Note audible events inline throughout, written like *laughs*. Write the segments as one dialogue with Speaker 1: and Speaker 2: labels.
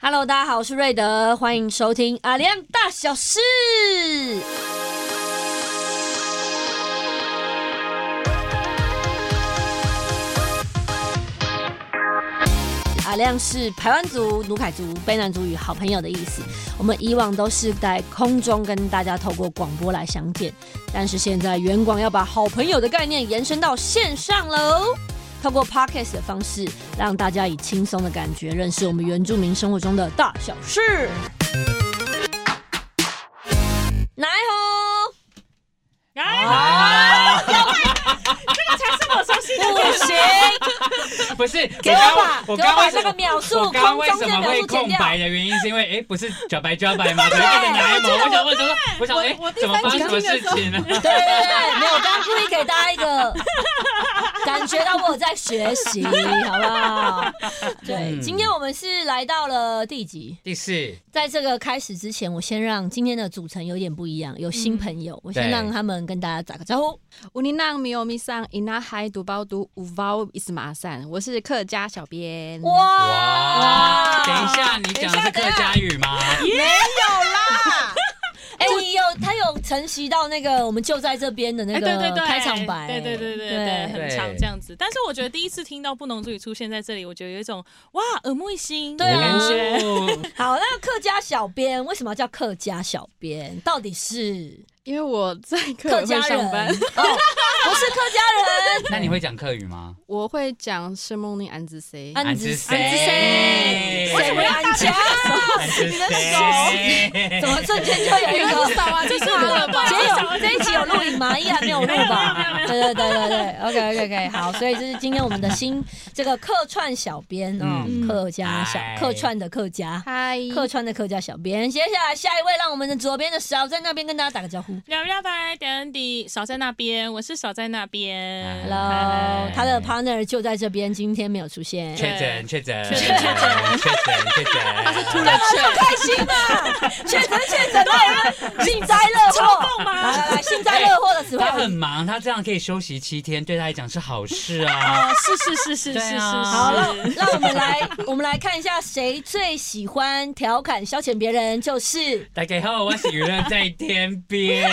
Speaker 1: Hello，大家好，我是瑞德，欢迎收听阿亮大小事。阿亮是排湾族、努凯族、卑南族与好朋友的意思。我们以往都是在空中跟大家透过广播来相见，但是现在远广要把好朋友的概念延伸到线上喽。透过 podcast 的方式，让大家以轻松的感觉认识我们原住民生活中的大小事。来
Speaker 2: *laughs*
Speaker 1: 吼！
Speaker 3: 哎
Speaker 4: 来
Speaker 1: 哦
Speaker 2: 啊！
Speaker 4: 这才是我熟悉的
Speaker 1: 不行，
Speaker 2: 不是，
Speaker 1: 给我吧，
Speaker 2: 我
Speaker 1: 给我
Speaker 2: 刚
Speaker 1: 把
Speaker 2: 为
Speaker 1: 这
Speaker 2: 什
Speaker 1: 个
Speaker 2: 么
Speaker 1: 秒数
Speaker 2: 我
Speaker 1: 空
Speaker 2: 刚
Speaker 1: 中
Speaker 2: 为
Speaker 1: 间
Speaker 2: 什
Speaker 1: 的
Speaker 2: 么
Speaker 1: 秒
Speaker 2: 会
Speaker 1: 数剪
Speaker 2: 空
Speaker 1: 掉。
Speaker 2: 白的原因，是因为哎，不是脚白脚白吗？所以不能拿一毛。我想，我想说，我想哎，怎么发生什么事情了？
Speaker 1: 对对对，没有，我刚刚故意给大家一
Speaker 2: *laughs*
Speaker 1: 个感觉到我有在学习，好不好？对，
Speaker 2: 嗯
Speaker 1: 今天我们是来到了第几？
Speaker 2: 第四，
Speaker 1: 在这个开始之前，我先让今天的组成有点不一样，有新朋友，我先
Speaker 2: 嗯对嗯
Speaker 1: 让他们跟大家打个招呼。
Speaker 4: 乌尼浪米欧米桑哦伊那嗨读包读五包伊斯马散，我是客家小编。
Speaker 1: 哇
Speaker 2: 哇！等一，下，你讲的是客家语吗？
Speaker 1: 哎、你有他有承袭到那个我们就在这边的那
Speaker 3: 哎，对对
Speaker 1: 个
Speaker 3: 对，
Speaker 1: 开场白，
Speaker 3: 对对对对对，很常
Speaker 2: 对
Speaker 3: 这样子。但是我觉得第一次听到不农族语出现在这里，我觉得有一种哇耳目一新的
Speaker 1: 对啊
Speaker 3: 感觉。
Speaker 2: 哦
Speaker 1: 好，那客家小编为什么要叫客家小编？到底是
Speaker 4: 因为我在客
Speaker 1: 客
Speaker 4: 委
Speaker 1: 家
Speaker 4: 会
Speaker 1: 人
Speaker 4: 上班，
Speaker 1: 哦，不是客家人，
Speaker 2: 那你会讲客语吗？
Speaker 4: 我会讲是梦令安子 C。
Speaker 1: 安子
Speaker 2: *laughs* 安子
Speaker 1: 谁？
Speaker 2: 谁
Speaker 1: 谁安家？哦
Speaker 2: 你
Speaker 1: 们 *laughs* 怎么瞬间就有一个？ *laughs*
Speaker 4: 少 *laughs* 啊，这是我的吧
Speaker 1: 姐有这一集有录影吗？依然没有录吧？对对对对对，OK OK OK，好，所以这是今天我们的新这个客串小编哦，
Speaker 2: 嗯
Speaker 1: 客家小
Speaker 2: 哎
Speaker 1: 客串的客家。
Speaker 4: 嗨，
Speaker 1: 客川的客家小编，接下来下一位，让我们的左边的少在那边跟大家打个招呼。
Speaker 3: 聊聊拜，点恩迪，少在那边，我是少在那边。
Speaker 1: Hello，
Speaker 2: 嗨
Speaker 1: 他的 partner 就在这边，今天没有出现。
Speaker 2: 确诊，确诊，
Speaker 3: 确诊
Speaker 2: 确诊，确诊，他是突然
Speaker 1: 开心啊！确诊确诊，那人幸灾乐 *laughs* 祸来来来，幸灾乐祸的时
Speaker 2: 他
Speaker 1: 候
Speaker 2: 很。忙，他这样可以休息七天，对他来讲是好事啊。
Speaker 3: 哦，是是是是是
Speaker 2: 对
Speaker 3: 是是。
Speaker 2: 啊
Speaker 1: 好，让让我们来， *laughs* 我们来看一下谁最喜欢调侃消遣别人， *laughs* 就是
Speaker 2: 大家好，我是娱乐在天
Speaker 1: *laughs*
Speaker 2: 边。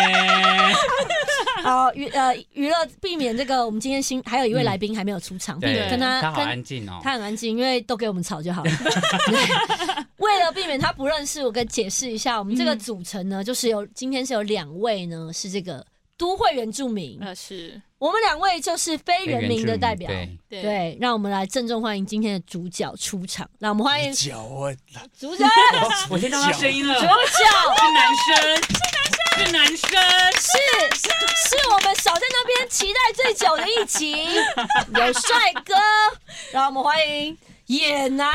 Speaker 1: 好娱呃娱乐，避免这个我们今天新还有一位来宾还没有出场，避免
Speaker 2: 对，
Speaker 1: 跟他
Speaker 2: 他好
Speaker 1: 跟
Speaker 2: 安静哦。
Speaker 1: 他很安静，因为都给我们吵就 *laughs* 好了。为了避免他不认识，我跟解释一下，我们这个组成呢，就是有今天是有两位呢是这个都会原住民，
Speaker 3: 呃是，
Speaker 1: 我们两位就是嗯非原民的代表。
Speaker 2: 对，
Speaker 3: 对
Speaker 1: 对，让我们来郑重欢迎今天的主角出场，让我们欢迎
Speaker 5: 脚啊，
Speaker 1: 主角
Speaker 2: 哦我听到他声音了，
Speaker 1: 主
Speaker 2: 是
Speaker 1: 角
Speaker 2: 男生，是男生，是男生。
Speaker 1: 是是我们少在那边期待最久的一集，有帅哥，让我们欢迎野男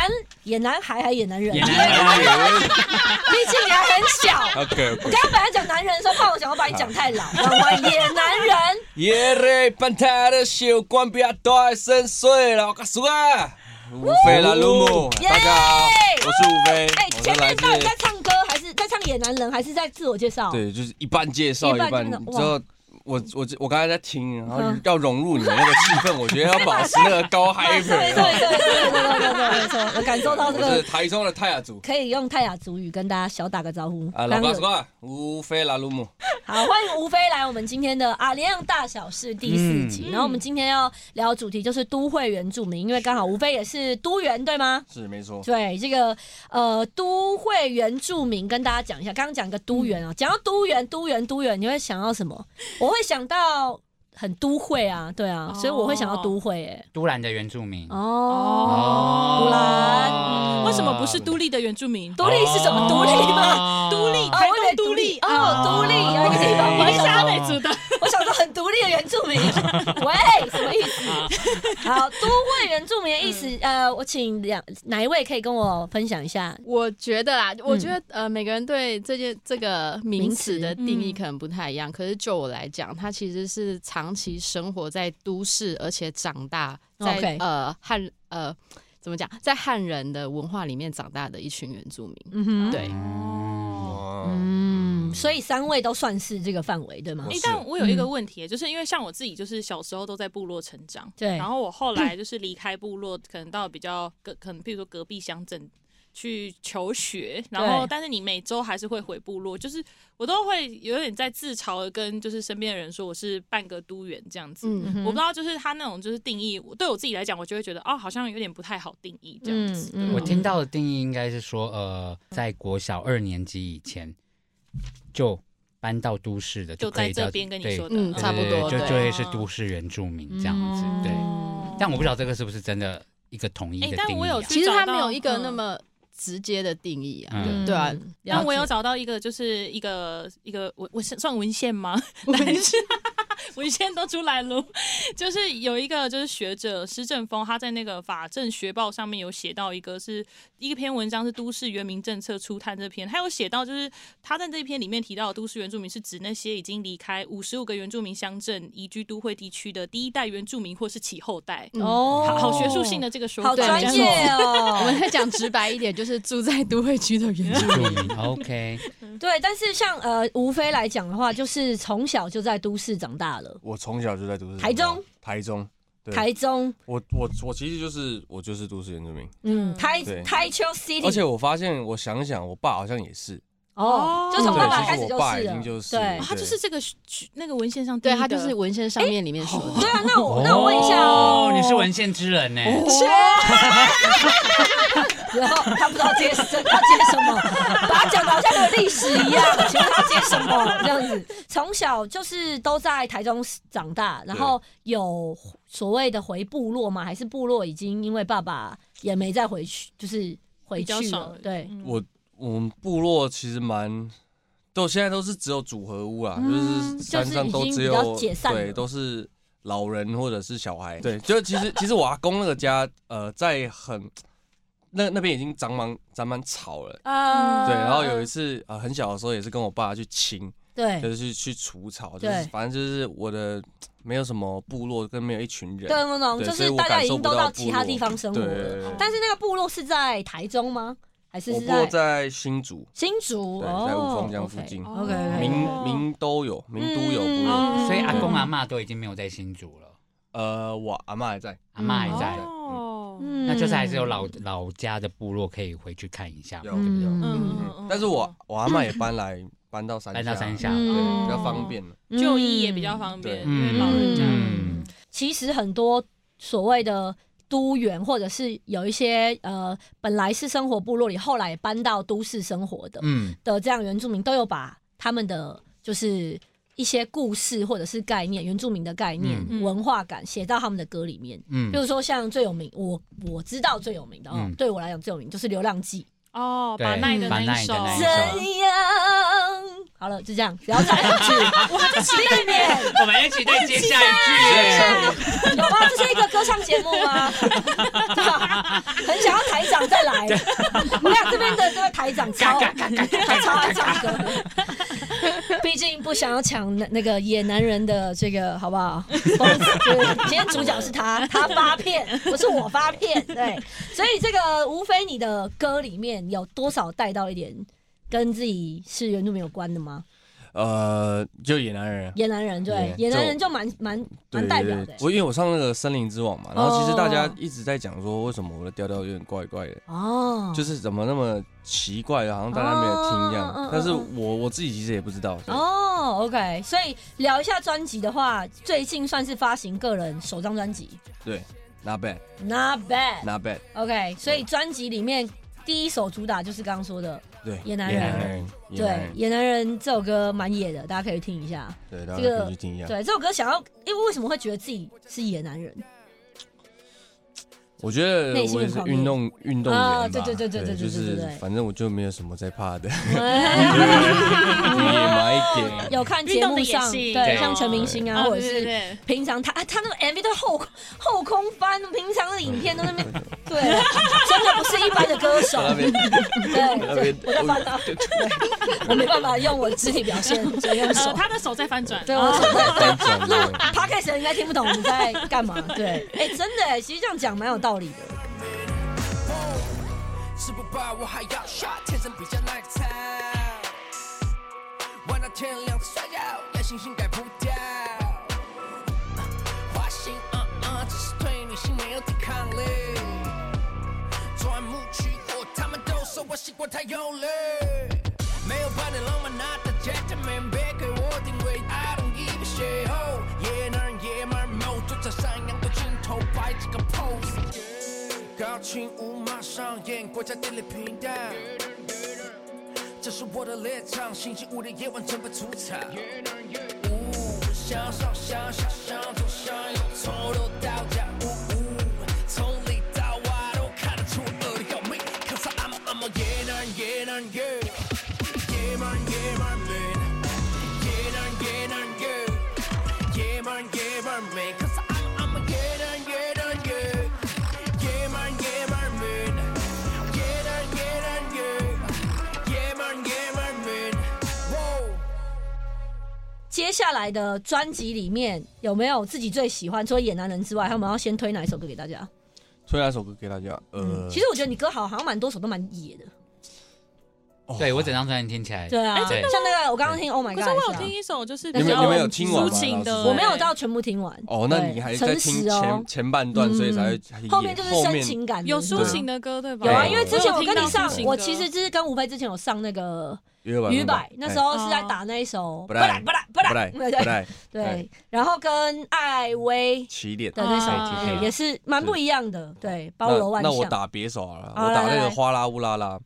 Speaker 1: 野男孩还是野男人？
Speaker 2: 也男
Speaker 1: *laughs*
Speaker 2: 人
Speaker 1: 毕竟你还很小。
Speaker 5: OK OK，
Speaker 1: 刚刚本来讲男人的时候，怕我想要把你讲太老，让我野男人。
Speaker 5: 耶嘞，半太的小官不要太深邃了，我告诉啊，吴飞啦，鲁姆，
Speaker 1: 哦耶
Speaker 5: 大家好，我是吴飞
Speaker 1: 哎，，
Speaker 5: 我
Speaker 1: 前
Speaker 5: 是来
Speaker 1: 面
Speaker 5: 自
Speaker 1: 到，底在唱歌，还是在唱野男人，还是在自我介绍？
Speaker 5: 对，就是一半介绍
Speaker 1: 一
Speaker 5: 一
Speaker 1: 半
Speaker 5: 半，
Speaker 1: 介绍
Speaker 5: 你
Speaker 1: 哇
Speaker 5: 知道。我我我刚才在听，然后
Speaker 1: 嗯
Speaker 5: 要融入你们那个气氛，我觉得要保持那个高
Speaker 1: 对
Speaker 5: hyper
Speaker 1: 哎对对
Speaker 5: 哦。
Speaker 1: 对对对对对，没错，我 *laughs* 感受到这
Speaker 5: 我
Speaker 1: 个，
Speaker 5: 是台中的泰雅族
Speaker 1: 可以用泰雅族语跟大家小打个招呼。
Speaker 5: 啊，老
Speaker 1: 刚刚
Speaker 5: 爸
Speaker 1: 有
Speaker 5: 说啊，吴飞啦，鲁姆，
Speaker 1: 好，欢迎吴飞来我们今天的《阿亮大小事》第四集。然后我们今天要聊的主题就是都会原住民，因为刚好吴飞也是都原，对吗？
Speaker 5: 是没错，
Speaker 1: 对，这个呃都会原住民跟大家讲一下，刚刚讲一个都原啊，讲到都原、都原、都原，你会想到什么？我会想到很都会啊，对啊，
Speaker 3: 哦
Speaker 1: 所以我会想到都会、欸，
Speaker 2: 都兰的原住民。
Speaker 1: 哦，啊
Speaker 2: 哦
Speaker 1: 都兰
Speaker 3: 为什么不是独立的原住民？
Speaker 1: 独立是什么？独立吗？
Speaker 2: 吗
Speaker 3: 独立
Speaker 1: 哦
Speaker 3: 台
Speaker 1: 我以为
Speaker 3: 东独立
Speaker 1: 哦，独立有一个地方，
Speaker 2: 哦
Speaker 1: 我
Speaker 3: 我
Speaker 1: 还
Speaker 3: 是
Speaker 1: 想
Speaker 3: 阿美族的，
Speaker 1: 我想说很独立的原住民，喂，什么意思？好，都会原住民的意思，呃，我请两哪一位可以跟我分享一下？
Speaker 4: 我觉得啦，我觉得呃，每个人对这件这个名词的定义
Speaker 3: 嗯
Speaker 4: 可能不太一样。可是就我来讲，它其实是长期生活在都市，而且长大在
Speaker 1: OK
Speaker 4: 呃汉呃怎么讲，在汉人的文化里面长大的一群原住民。
Speaker 1: 嗯哼，
Speaker 4: 对，
Speaker 2: 哦
Speaker 5: 哇，
Speaker 1: 嗯，所以三位都算是这个范围，对吗
Speaker 5: 我？
Speaker 3: 诶
Speaker 5: 是
Speaker 3: 但我有一个问题，就是因为像我自己，就是小时候都在部落成长，
Speaker 1: 对
Speaker 3: 然后我后来就是离开部落，可能到比较隔，可能譬如说隔壁乡镇去求学，然后
Speaker 1: 对
Speaker 3: 但是你每周还是会回部落，就是我都会有点在自嘲的跟就是身边的人说我是半个都员这样子。
Speaker 4: 嗯
Speaker 3: 我不知道，就是他那种就是定义，我对我自己来讲，我就会觉得哦，好像有点不太好定义这样子。
Speaker 1: 嗯嗯
Speaker 3: 对啊
Speaker 2: 我听到的定义应该是说，呃，在国小二年级以前就搬到都市的，
Speaker 3: 就
Speaker 2: 可以
Speaker 3: 在
Speaker 2: 叫
Speaker 3: 这边跟你
Speaker 2: 对
Speaker 3: 说的，
Speaker 4: 嗯
Speaker 2: 对
Speaker 4: 差不
Speaker 2: 对对哦
Speaker 4: 多
Speaker 2: 就
Speaker 4: 对
Speaker 2: 就会是都市原住民这样子。
Speaker 4: 嗯
Speaker 2: 对，
Speaker 3: 哦
Speaker 2: 但我不晓得这个是不是真的一个统一的
Speaker 3: 哎
Speaker 2: 定义、啊
Speaker 3: 但我有去
Speaker 4: 其实它没有
Speaker 3: 去找到
Speaker 4: 一个那
Speaker 3: 嗯
Speaker 4: 么直接的定义啊，
Speaker 2: 嗯
Speaker 4: 对啊，
Speaker 3: 但我有
Speaker 4: 了解
Speaker 3: 找到一个，就是一个一个我我是算文献吗？ *laughs* 文献文献都出来了， *laughs* 就是有一个就是学者施正峰，他在那个法政学报上面有写到一个是一篇文章是《都市原民政策初探》这篇，他有写到就是他在这一篇里面提到的都市原住民是指那些已经离开五十五个原住民乡镇移居都会地区的第一代原住民或是其后代。
Speaker 4: 嗯
Speaker 1: 哦
Speaker 3: 好好学术性的这个说法，
Speaker 1: 好专
Speaker 3: 这
Speaker 1: 业
Speaker 3: 样
Speaker 4: 我
Speaker 1: 哦。
Speaker 4: *laughs* 们再讲直白一点，就是住在都会区的原住
Speaker 2: 原
Speaker 4: 民。
Speaker 2: 住民，OK，
Speaker 1: 对，但是像呃吴飞来讲的话，就是从小就在都市长大了，
Speaker 5: 我从小就在都市。
Speaker 1: 台中，
Speaker 5: 台中，对
Speaker 1: 台中，
Speaker 5: 我我我其实就是我就是都市原住民，
Speaker 1: 嗯，台
Speaker 5: 对
Speaker 1: 台丘
Speaker 5: 而
Speaker 1: City，
Speaker 5: 且我发现，我想想，我爸好像也是，
Speaker 1: 哦，就从
Speaker 5: 对
Speaker 1: 爸爸
Speaker 5: 其实
Speaker 1: 开始
Speaker 5: 我
Speaker 1: 就
Speaker 5: 爸
Speaker 1: 是
Speaker 5: 已
Speaker 1: 了，
Speaker 5: 经就是
Speaker 1: 对
Speaker 3: 哦。他就是这个那个文献上定
Speaker 4: *laughs* 对
Speaker 3: 义的，
Speaker 4: 他就是文献上面里面说的
Speaker 1: 对，啊，那 *laughs* 我那我问一下哦，
Speaker 2: 你是文献之人呢、
Speaker 1: 然后他不知道接什他接什么，把他讲的好像有历史一样，请问他接什么这样子？从小就是都在台中长大，然后有所谓的回部落吗？还是部落已经因为爸爸也没再回去，就是回
Speaker 3: 比较
Speaker 1: 去
Speaker 3: 少
Speaker 1: 了？对，
Speaker 3: 嗯
Speaker 5: 我我们部落其实蛮，都现在都是只有组合屋啦，
Speaker 1: 嗯
Speaker 5: 就是山上都只
Speaker 1: 就是已经比
Speaker 5: 有
Speaker 1: 较解散了
Speaker 5: 对，都是老人或者是小孩。对，就其实其实我阿公那个家，呃，在很那那边已经长满长满草了。
Speaker 1: 啊
Speaker 5: 对，然后有一次啊、呃很小的时候也是跟我爸去清，就
Speaker 1: 对。
Speaker 5: 是去去除草，就
Speaker 1: 对
Speaker 5: 是反正就是我的没有什么部落跟没有一群人，
Speaker 1: 对，嗯我懂，
Speaker 5: 对
Speaker 1: 就
Speaker 5: 所以
Speaker 1: 是
Speaker 5: 我
Speaker 1: 大家
Speaker 5: 感
Speaker 1: 已
Speaker 5: 受
Speaker 1: 经
Speaker 5: 不
Speaker 1: 都
Speaker 5: 到
Speaker 1: 到
Speaker 5: 部
Speaker 1: 其他
Speaker 5: 落
Speaker 1: 地方生活
Speaker 5: 对对对
Speaker 1: 了，
Speaker 5: 对
Speaker 1: 但是那个部落是在台中吗？还是
Speaker 5: 我
Speaker 1: 是
Speaker 5: 部落
Speaker 1: 在
Speaker 5: 在新竹，
Speaker 1: 新竹？
Speaker 5: 对，在五
Speaker 1: 哦
Speaker 5: 峰江附近，
Speaker 1: ，OK，
Speaker 4: 哦
Speaker 5: 民
Speaker 3: 哦
Speaker 5: 民都有，民都有部落。
Speaker 1: 哎嗯
Speaker 2: 所以阿公阿嬷都已经没有在新竹了，
Speaker 5: 呃，我阿妈还在，
Speaker 2: 阿嬷还在，
Speaker 3: 哦
Speaker 1: 嗯
Speaker 2: 那就是还是有老老家的部落可以回去看一下，
Speaker 5: 有
Speaker 1: 嗯
Speaker 3: 嗯
Speaker 5: 嗯，但是我我阿妈也搬来搬到山下，
Speaker 2: 来到山下，
Speaker 5: 对，
Speaker 1: 嗯
Speaker 5: 比较方便了。
Speaker 3: 就医也比较方便，因为
Speaker 2: 嗯
Speaker 3: 老人家。
Speaker 2: 嗯
Speaker 1: 其实很多所谓的都员，或者是有一些呃本来是生活部落里，后来搬到都市生活的、
Speaker 2: 嗯，
Speaker 1: 的这样原住民，都有把他们的就是一些故事或者是概念，原住民的概念、
Speaker 3: 嗯
Speaker 1: 文化感写到他们的歌里面。
Speaker 2: 嗯
Speaker 1: 比如说像最有名，我我知道最有名的哦，
Speaker 2: 嗯
Speaker 1: 对我来讲最有名就是《流浪记
Speaker 3: 哦，
Speaker 2: 对
Speaker 3: 把奈的
Speaker 2: 把
Speaker 3: 那
Speaker 2: 奈
Speaker 3: 一
Speaker 2: 的
Speaker 3: 首，
Speaker 2: 那》。一
Speaker 1: 怎
Speaker 2: 首
Speaker 1: 样？好了，就这样，不要 *laughs* 再下去。我在期待你。
Speaker 2: 我们一起再接下一句。
Speaker 1: 有吗？这是一个歌唱节目吗？对吧？很想要台长再 *laughs* 来。我想这边的这位台长超他超爱唱歌， *laughs* 毕竟不想要抢那那个野男人的这个，好不好？今天主角是他，他发片，不是我发片。对，所以这个无非你的歌里面有多少带到一点跟自己是原住民有关的吗？
Speaker 5: 呃，就野男人啊，
Speaker 1: 野男人对，
Speaker 5: 对
Speaker 1: 野男人就蛮蛮
Speaker 5: 对
Speaker 1: 蛮代表的
Speaker 5: 对对，。我因为我上那个森林之王嘛，然后其实大家
Speaker 1: 哦
Speaker 5: 一直在讲说，为什么我的调调有点怪怪的，
Speaker 1: 哦，
Speaker 5: 就是怎么那么奇怪的，好像大家没有听一
Speaker 1: 哦嗯嗯
Speaker 5: 样
Speaker 1: 嗯。
Speaker 5: 但是我我自己其实也不知道。对
Speaker 1: 哦，OK、o k 所以聊一下专辑的话，最近算是发行个人首张专辑
Speaker 5: 对，Not bad，
Speaker 1: ，Not Bad，OK，、
Speaker 5: Not bad。
Speaker 1: OK，所以专辑里面第一首主打就是刚刚说的，
Speaker 5: 对，
Speaker 1: 野男人
Speaker 5: 野
Speaker 1: 对，
Speaker 5: 男
Speaker 1: 《
Speaker 5: 人，
Speaker 1: 野男人》这首歌蛮野的，大家可以去听一下。
Speaker 5: 对，大家
Speaker 1: 这个
Speaker 5: 可以去听一下。
Speaker 1: 对，这首歌想要，因为为什么会觉得自己是野男
Speaker 5: *laughs*
Speaker 1: 人？ *laughs*
Speaker 5: 我觉得
Speaker 1: 内心
Speaker 5: 我
Speaker 1: 很
Speaker 5: 也是
Speaker 1: 狂野
Speaker 5: 运动运动员
Speaker 1: 啊
Speaker 5: 吧
Speaker 1: 对对对对对对
Speaker 5: 就
Speaker 1: 对
Speaker 5: 是
Speaker 1: 对对
Speaker 5: 反正我就没有什么在怕的， *laughs* 野
Speaker 1: 嗯有
Speaker 5: 蛮一点。
Speaker 1: 看节目上，
Speaker 3: 运动的也是
Speaker 1: 对，
Speaker 2: 对
Speaker 1: 像陈明星啊，
Speaker 3: 哦
Speaker 1: 或者
Speaker 3: 对对
Speaker 1: 是
Speaker 3: 对
Speaker 1: 平常他啊他那个 MV 都后后空翻，平常的影片都在那边， *laughs* 对，啊真的不是一般的歌手
Speaker 5: 在。那边，在那
Speaker 1: 对 *laughs* 我
Speaker 5: 边，，
Speaker 1: 在翻到，啊 *laughs* 我没办法用我肢体表现，只能用
Speaker 3: 呃，
Speaker 1: 手。
Speaker 3: 他的手在翻转，
Speaker 1: 对，我手在
Speaker 5: 翻
Speaker 1: *laughs*
Speaker 5: 转
Speaker 1: 啊录
Speaker 5: 的
Speaker 1: podcast 的人应该听不懂我们在干嘛。对，哎，真的哎，其实这样讲蛮有道理的。
Speaker 6: 吃不饱我还要笑，天生比较耐操。玩到天亮才睡觉，要星星改不掉。花心啊啊，只是对女性没有抵抗力。钻木取火，他们都是说我习惯太用力。没有半点浪漫，那大家姐妹别给我定位，I don't give a shit。哦，野男人野蛮某就在上扬的镜头摆几个 pose。高清无码上映，国家地理频道。这是我的猎场，星期五的夜晚准备出场。呜，向上向下向左向右，从头到脚，呜呜，从里到外都看得出我的要命。Cause I'm I'm a yeah man yeah man yeah yeah man yeah man man yeah man yeah man yeah yeah man yeah man man. Cause I'm I'm a yeah man yeah man yeah yeah man yeah man man yeah man yeah man yeah yeah man yeah man man. Whoa.
Speaker 1: 接下来的专辑里面有没有自己最喜欢？除了《野男人》之外，他们要先推哪一首歌给大家？
Speaker 5: 推那首歌给大家。呃，
Speaker 1: 嗯其实我觉得你歌好好像蛮多首都蛮野的，
Speaker 5: 哦
Speaker 2: 对我整张专辑听起来，
Speaker 1: 对啊，
Speaker 2: 对
Speaker 1: 像那个我刚刚听《Oh My
Speaker 3: 可
Speaker 1: God
Speaker 3: 是》，我有听
Speaker 1: 是啊
Speaker 3: 一首，就是
Speaker 1: 你们
Speaker 3: 比较
Speaker 1: 你们有
Speaker 5: 听完吗
Speaker 3: 抒情的，
Speaker 5: 老师
Speaker 1: 我没有到全部听完
Speaker 5: 哦，那你还在
Speaker 1: 诚
Speaker 5: 听
Speaker 1: 实
Speaker 5: 前、
Speaker 1: 哦，
Speaker 5: 前半段，
Speaker 1: 嗯
Speaker 5: 所以才会很野
Speaker 1: 后面就是
Speaker 5: 后
Speaker 1: 深
Speaker 5: 面
Speaker 1: 情感的，
Speaker 3: 有抒
Speaker 1: 对
Speaker 3: 情的歌对吧？
Speaker 1: 有啊，
Speaker 5: 对
Speaker 1: 因为之前我跟你
Speaker 3: 有听到抒
Speaker 1: 上，
Speaker 3: 情
Speaker 1: 我
Speaker 3: 歌
Speaker 1: 其实就是跟吴飞之前有上那个
Speaker 5: 娱乐版
Speaker 1: 鱼摆，那时候是在
Speaker 3: 哦
Speaker 1: 打那一首
Speaker 5: 不赖
Speaker 1: 不赖不
Speaker 5: 不
Speaker 1: 赖
Speaker 5: 哎赖不
Speaker 1: 对对
Speaker 5: 赖哎
Speaker 1: 对，然后跟艾薇
Speaker 5: 起点。
Speaker 1: 的那首
Speaker 3: 啊
Speaker 1: 对也是蛮不一样的，对，包罗万
Speaker 5: 那那我
Speaker 1: 象。
Speaker 5: 打别手好了，
Speaker 1: 好
Speaker 5: 我打
Speaker 1: 来
Speaker 5: 那
Speaker 1: 来
Speaker 5: 个哗啦乌拉拉，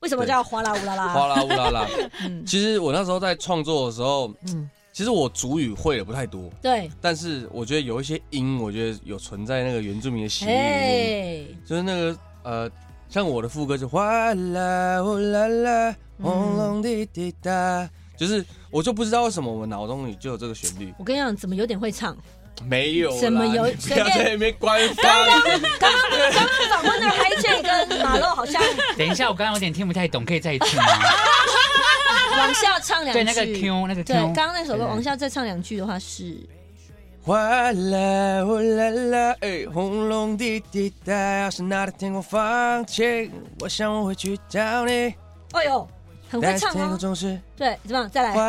Speaker 1: 为什么叫哗啦乌啦啦？
Speaker 5: 哗啦乌拉拉。
Speaker 1: *laughs* 嗯
Speaker 5: 其实我那时候在创作的时候，
Speaker 1: 嗯，
Speaker 5: 其实我主语会的不太多，
Speaker 1: 对，
Speaker 5: 但是我觉得有一些音，我觉得有存在那个原住民的血液里面，
Speaker 1: 哎，
Speaker 5: 就是那个呃，像我的副歌就哗啦呜啦啦，
Speaker 1: 嗯
Speaker 5: 轰隆滴滴答，就是我就不知道为什么我们脑中里就有这个旋律，
Speaker 1: 我跟你讲，怎么有点会唱？
Speaker 5: 没有啦，
Speaker 1: 怎么有
Speaker 5: 你不
Speaker 1: 随
Speaker 5: 要
Speaker 1: 便
Speaker 5: 在那边官
Speaker 1: *laughs*
Speaker 5: 方，
Speaker 1: 刚刚刚刚访
Speaker 3: *laughs*
Speaker 1: 问的 h i j 跟马肉好像
Speaker 2: 等一下，我刚刚有点听不太懂，可以再一
Speaker 1: *laughs*
Speaker 2: 次吗？
Speaker 1: 往下唱两句。
Speaker 2: 对，那个 Q，那个 Q，
Speaker 1: 对，刚刚那首歌
Speaker 2: 对
Speaker 1: 往下再唱两句的话是，
Speaker 5: 哗啦呜啦啦，哎，轰隆滴滴答，要是那天天空放晴，我想我会去找你，
Speaker 1: 哎呦，很会
Speaker 5: 但
Speaker 1: 唱
Speaker 5: 天空
Speaker 1: 哦。
Speaker 5: 总是
Speaker 1: 对，怎么样？再来。
Speaker 5: 哗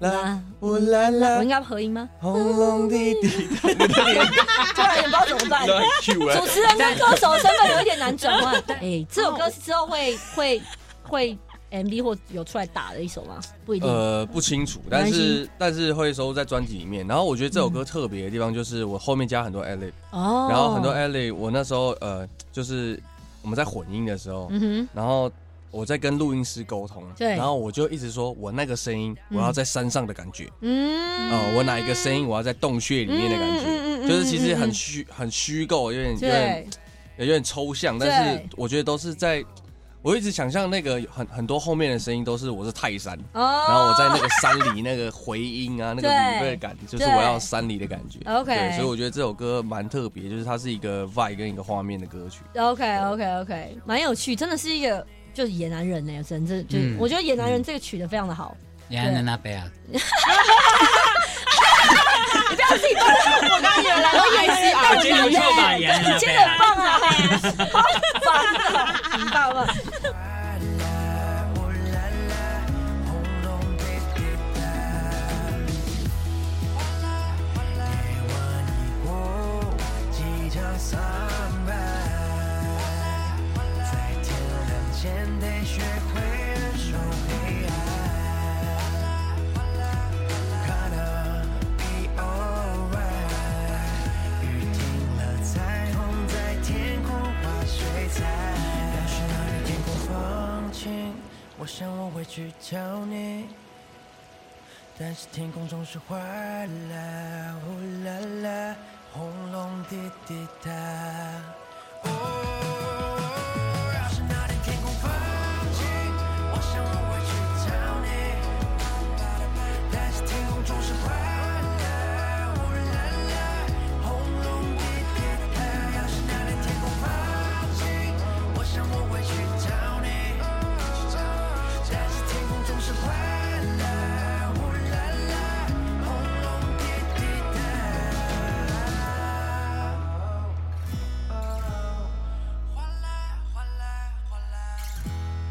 Speaker 5: 啦呜
Speaker 1: 我
Speaker 5: 啦啦
Speaker 1: 应，该合音吗？
Speaker 5: 轰隆滴滴答，
Speaker 1: 突然也不知道怎么办。
Speaker 5: 乱 Q 哎
Speaker 1: *laughs* 主持人跟歌手身份有一点难转
Speaker 5: *laughs*
Speaker 1: 换。哎，这首歌是之后会会会 MV 或有出来打的一首吗？不一定。
Speaker 5: 呃，不清楚，
Speaker 1: 关系
Speaker 5: 但是但是会收在专辑里面。然后我觉得这首歌特别的地方就是我后面加很多 a l i
Speaker 1: 哦。
Speaker 5: 呃然后很多 a l i 我那时候呃，就是我们在混音的时候，
Speaker 1: 嗯哼，
Speaker 5: 然后我在跟录音师沟通，
Speaker 1: 对
Speaker 5: 然后我就一直说我那个声音我要在山上的感觉，
Speaker 1: 嗯。
Speaker 5: 呃，我哪一个声音我要在洞穴里面的感
Speaker 1: 嗯嗯嗯嗯
Speaker 5: 觉，
Speaker 1: 嗯
Speaker 5: 就是其实
Speaker 1: 嗯嗯
Speaker 5: 很虚很虚构，有点有点
Speaker 1: 对，
Speaker 5: 有点抽象，但是
Speaker 1: 对
Speaker 5: 我觉得都是在。我一直想象那个很很多后面的声音都是我是泰山，
Speaker 1: 哦。
Speaker 5: 然后我在那个山里那个回音啊，那个
Speaker 1: 对
Speaker 5: 旅费感，就是我要山里的感觉。
Speaker 1: OK
Speaker 5: 对所以我觉得这首歌蛮特别，就是它是一个 vibe 跟一个画面的
Speaker 1: *laughs*
Speaker 5: 歌曲。
Speaker 1: OK OK OK，蛮有趣，真的是一个就是野男人呢、真的就是、
Speaker 2: 嗯
Speaker 1: 我觉得野男人这个取得非常的好，
Speaker 2: 亚安娜娜贝尔，
Speaker 1: 我刚以为来到野
Speaker 4: 是
Speaker 1: *laughs*
Speaker 2: 我觉得不错吧，亚安娜
Speaker 1: 真
Speaker 2: 贝
Speaker 1: 的很
Speaker 2: 尔。
Speaker 1: 棒啊， *laughs* 好棒啊，很棒啊！
Speaker 6: 我想我会去找你，但是天空总是哗啦呼啦啦，轰隆滴滴答。哦，要是那天天空放晴，我想我会去找你，但是天空总是哗啦呼啦啦，轰隆滴滴答。要是那天天空放晴，我想我会去找你。但是天空总是哗啦呼啦啦，轰隆滴滴答。
Speaker 1: *laughs*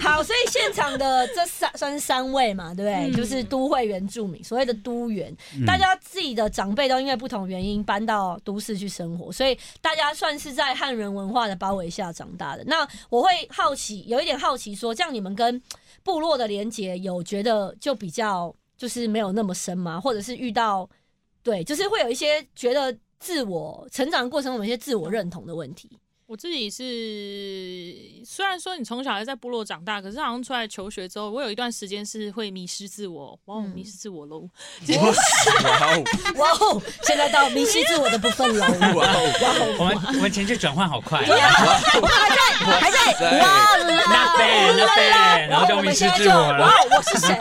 Speaker 1: 好，所以现场的这三算是三位嘛，对不对？
Speaker 3: 嗯
Speaker 1: 就是都会原住民，所谓的都原，
Speaker 2: 嗯
Speaker 1: 大家自己的长辈都因为不同原因搬到都市去生活，所以大家算是在汉人文化的包围下长大的。那我会好奇，有一点好奇说，这样你们跟部落的连结有觉得就比较就是没有那么深吗？或者是遇到对，就是会有一些觉得自我成长过程中有一些自我认同的问题。
Speaker 3: 我自己是，虽然说你从小还在部落长大，可是好像出来求学之后，我有一段时间是会迷失自我，哇，
Speaker 1: 嗯
Speaker 3: 迷失自我喽。
Speaker 5: 哇哦
Speaker 1: 哇哦，现在到迷失自我的部分了。
Speaker 5: 哇
Speaker 1: *laughs*
Speaker 5: 哦，
Speaker 1: 哇哦，
Speaker 2: 我们我们情绪转换好快，啊
Speaker 1: 啊我还在还在哇啦
Speaker 2: 那贝那贝，然后就
Speaker 1: 我
Speaker 2: 迷
Speaker 1: 们
Speaker 2: 失
Speaker 1: 现在
Speaker 2: 自
Speaker 1: 就
Speaker 2: 我
Speaker 1: 哇
Speaker 2: 了。，
Speaker 1: 我是谁？